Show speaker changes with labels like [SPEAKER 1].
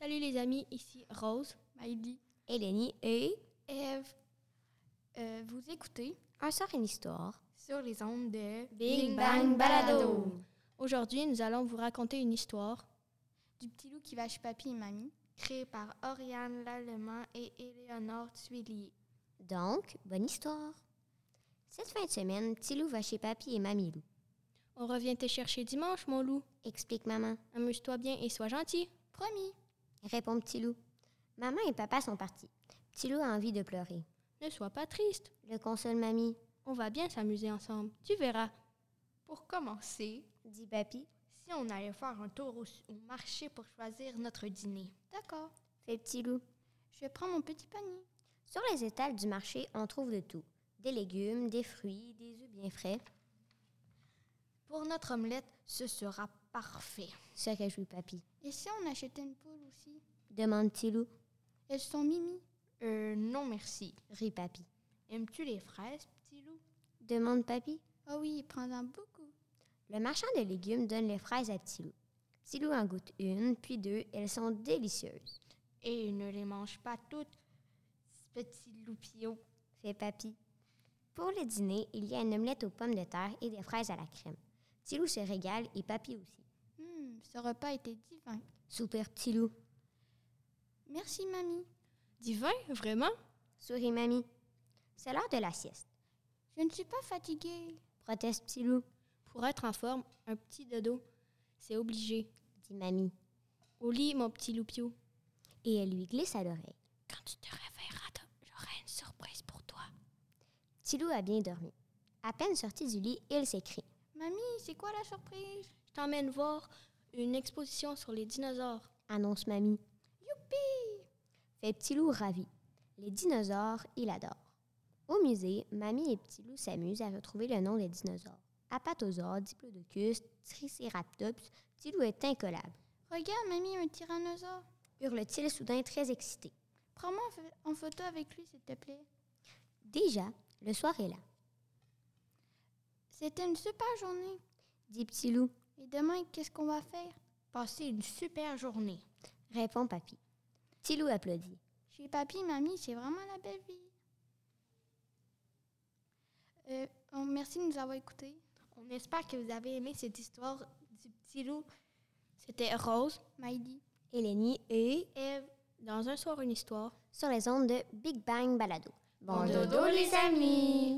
[SPEAKER 1] Salut les amis, ici Rose,
[SPEAKER 2] Maïdi,
[SPEAKER 3] Eleni et
[SPEAKER 2] Eve. Euh, vous écoutez
[SPEAKER 3] Un sort et une histoire.
[SPEAKER 2] sur les ondes de
[SPEAKER 1] Big Bang Balado. Aujourd'hui, nous allons vous raconter une histoire.
[SPEAKER 2] du petit loup qui va chez papy et mamie, créé par Oriane Lallemand et Éléonore Tuilier.
[SPEAKER 3] Donc, bonne histoire. Cette fin de semaine, petit loup va chez papy et mamie loup.
[SPEAKER 1] On revient te chercher dimanche, mon loup.
[SPEAKER 3] Explique maman.
[SPEAKER 1] Amuse-toi bien et sois gentil.
[SPEAKER 2] Promis.
[SPEAKER 3] Répond petit loup. Maman et papa sont partis. Petit loup a envie de pleurer.
[SPEAKER 1] Ne sois pas triste.
[SPEAKER 3] Le console mamie,
[SPEAKER 1] On va bien s'amuser ensemble. Tu verras.
[SPEAKER 2] Pour commencer,
[SPEAKER 3] dit papy.
[SPEAKER 2] si on allait faire un tour au, au marché pour choisir notre dîner. D'accord.
[SPEAKER 3] Fait petit loup.
[SPEAKER 2] Je vais prendre mon petit panier.
[SPEAKER 3] Sur les étals du marché, on trouve de tout. Des légumes, des fruits, des œufs bien frais.
[SPEAKER 2] Pour notre omelette, ce sera parfait.
[SPEAKER 3] Se réjouit papy.
[SPEAKER 2] Et si on achetait une poule aussi
[SPEAKER 3] Demande petit loup.
[SPEAKER 2] Elles sont mimi. Euh, non merci.
[SPEAKER 3] Rit papy.
[SPEAKER 2] Aimes-tu les fraises, petit loup
[SPEAKER 3] Demande papy.
[SPEAKER 2] Ah oui, prends-en beaucoup.
[SPEAKER 3] Le marchand de légumes donne les fraises à petit loup. Petit loup en goûte une, puis deux. Elles sont délicieuses.
[SPEAKER 2] Et ne les mange pas toutes, petit loupio.
[SPEAKER 3] fait papy. Pour le dîner, il y a une omelette aux pommes de terre et des fraises à la crème. Petit loup se régale et papy aussi.
[SPEAKER 2] Hum, ce repas était divin.
[SPEAKER 3] Soupire petit loup.
[SPEAKER 2] Merci, mamie.
[SPEAKER 1] Divin, vraiment?
[SPEAKER 3] Souris mamie. C'est l'heure de la sieste.
[SPEAKER 2] Je ne suis pas fatiguée.
[SPEAKER 3] Proteste petit loup,
[SPEAKER 1] Pour être en forme, un petit dodo, c'est obligé.
[SPEAKER 3] dit mamie.
[SPEAKER 1] Au lit, mon petit loupio.
[SPEAKER 3] Et elle lui glisse à l'oreille.
[SPEAKER 1] Quand tu te réveilleras, j'aurai une surprise pour toi.
[SPEAKER 3] Petit loup a bien dormi. À peine sorti du lit, il s'écrie.
[SPEAKER 2] Mamie, c'est quoi la surprise?
[SPEAKER 1] Je t'emmène voir une exposition sur les dinosaures.
[SPEAKER 3] Annonce mamie.
[SPEAKER 2] Youpi!
[SPEAKER 3] Fait petit loup ravi. Les dinosaures, il adore. Au musée, mamie et petit loup s'amusent à retrouver le nom des dinosaures. Apatosaure, Diplodocus, Triceratops, petit loup est incollable.
[SPEAKER 2] Regarde, mamie, un tyrannosaure.
[SPEAKER 3] hurle-t-il soudain très excité.
[SPEAKER 2] Prends-moi en pho- en photo avec lui, s'il te plaît.
[SPEAKER 3] Déjà, le soir est là,
[SPEAKER 2] C'était une super journée.
[SPEAKER 3] dit Petit Loup,
[SPEAKER 2] Et demain, qu'est-ce qu'on va faire? Passer une super journée.
[SPEAKER 3] répond Papy. Petit Loup applaudit.
[SPEAKER 2] Chez papy, mamie, c'est vraiment la belle vie. Euh, oh, merci de nous avoir écoutés.
[SPEAKER 1] On espère que vous avez aimé cette histoire du petit loup. C'était Rose,
[SPEAKER 2] Maïdi.
[SPEAKER 3] Eleni et
[SPEAKER 1] Eve, dans un soir une histoire.
[SPEAKER 3] sur les ondes de Big Bang Balado.
[SPEAKER 1] Bon dodo, les amis!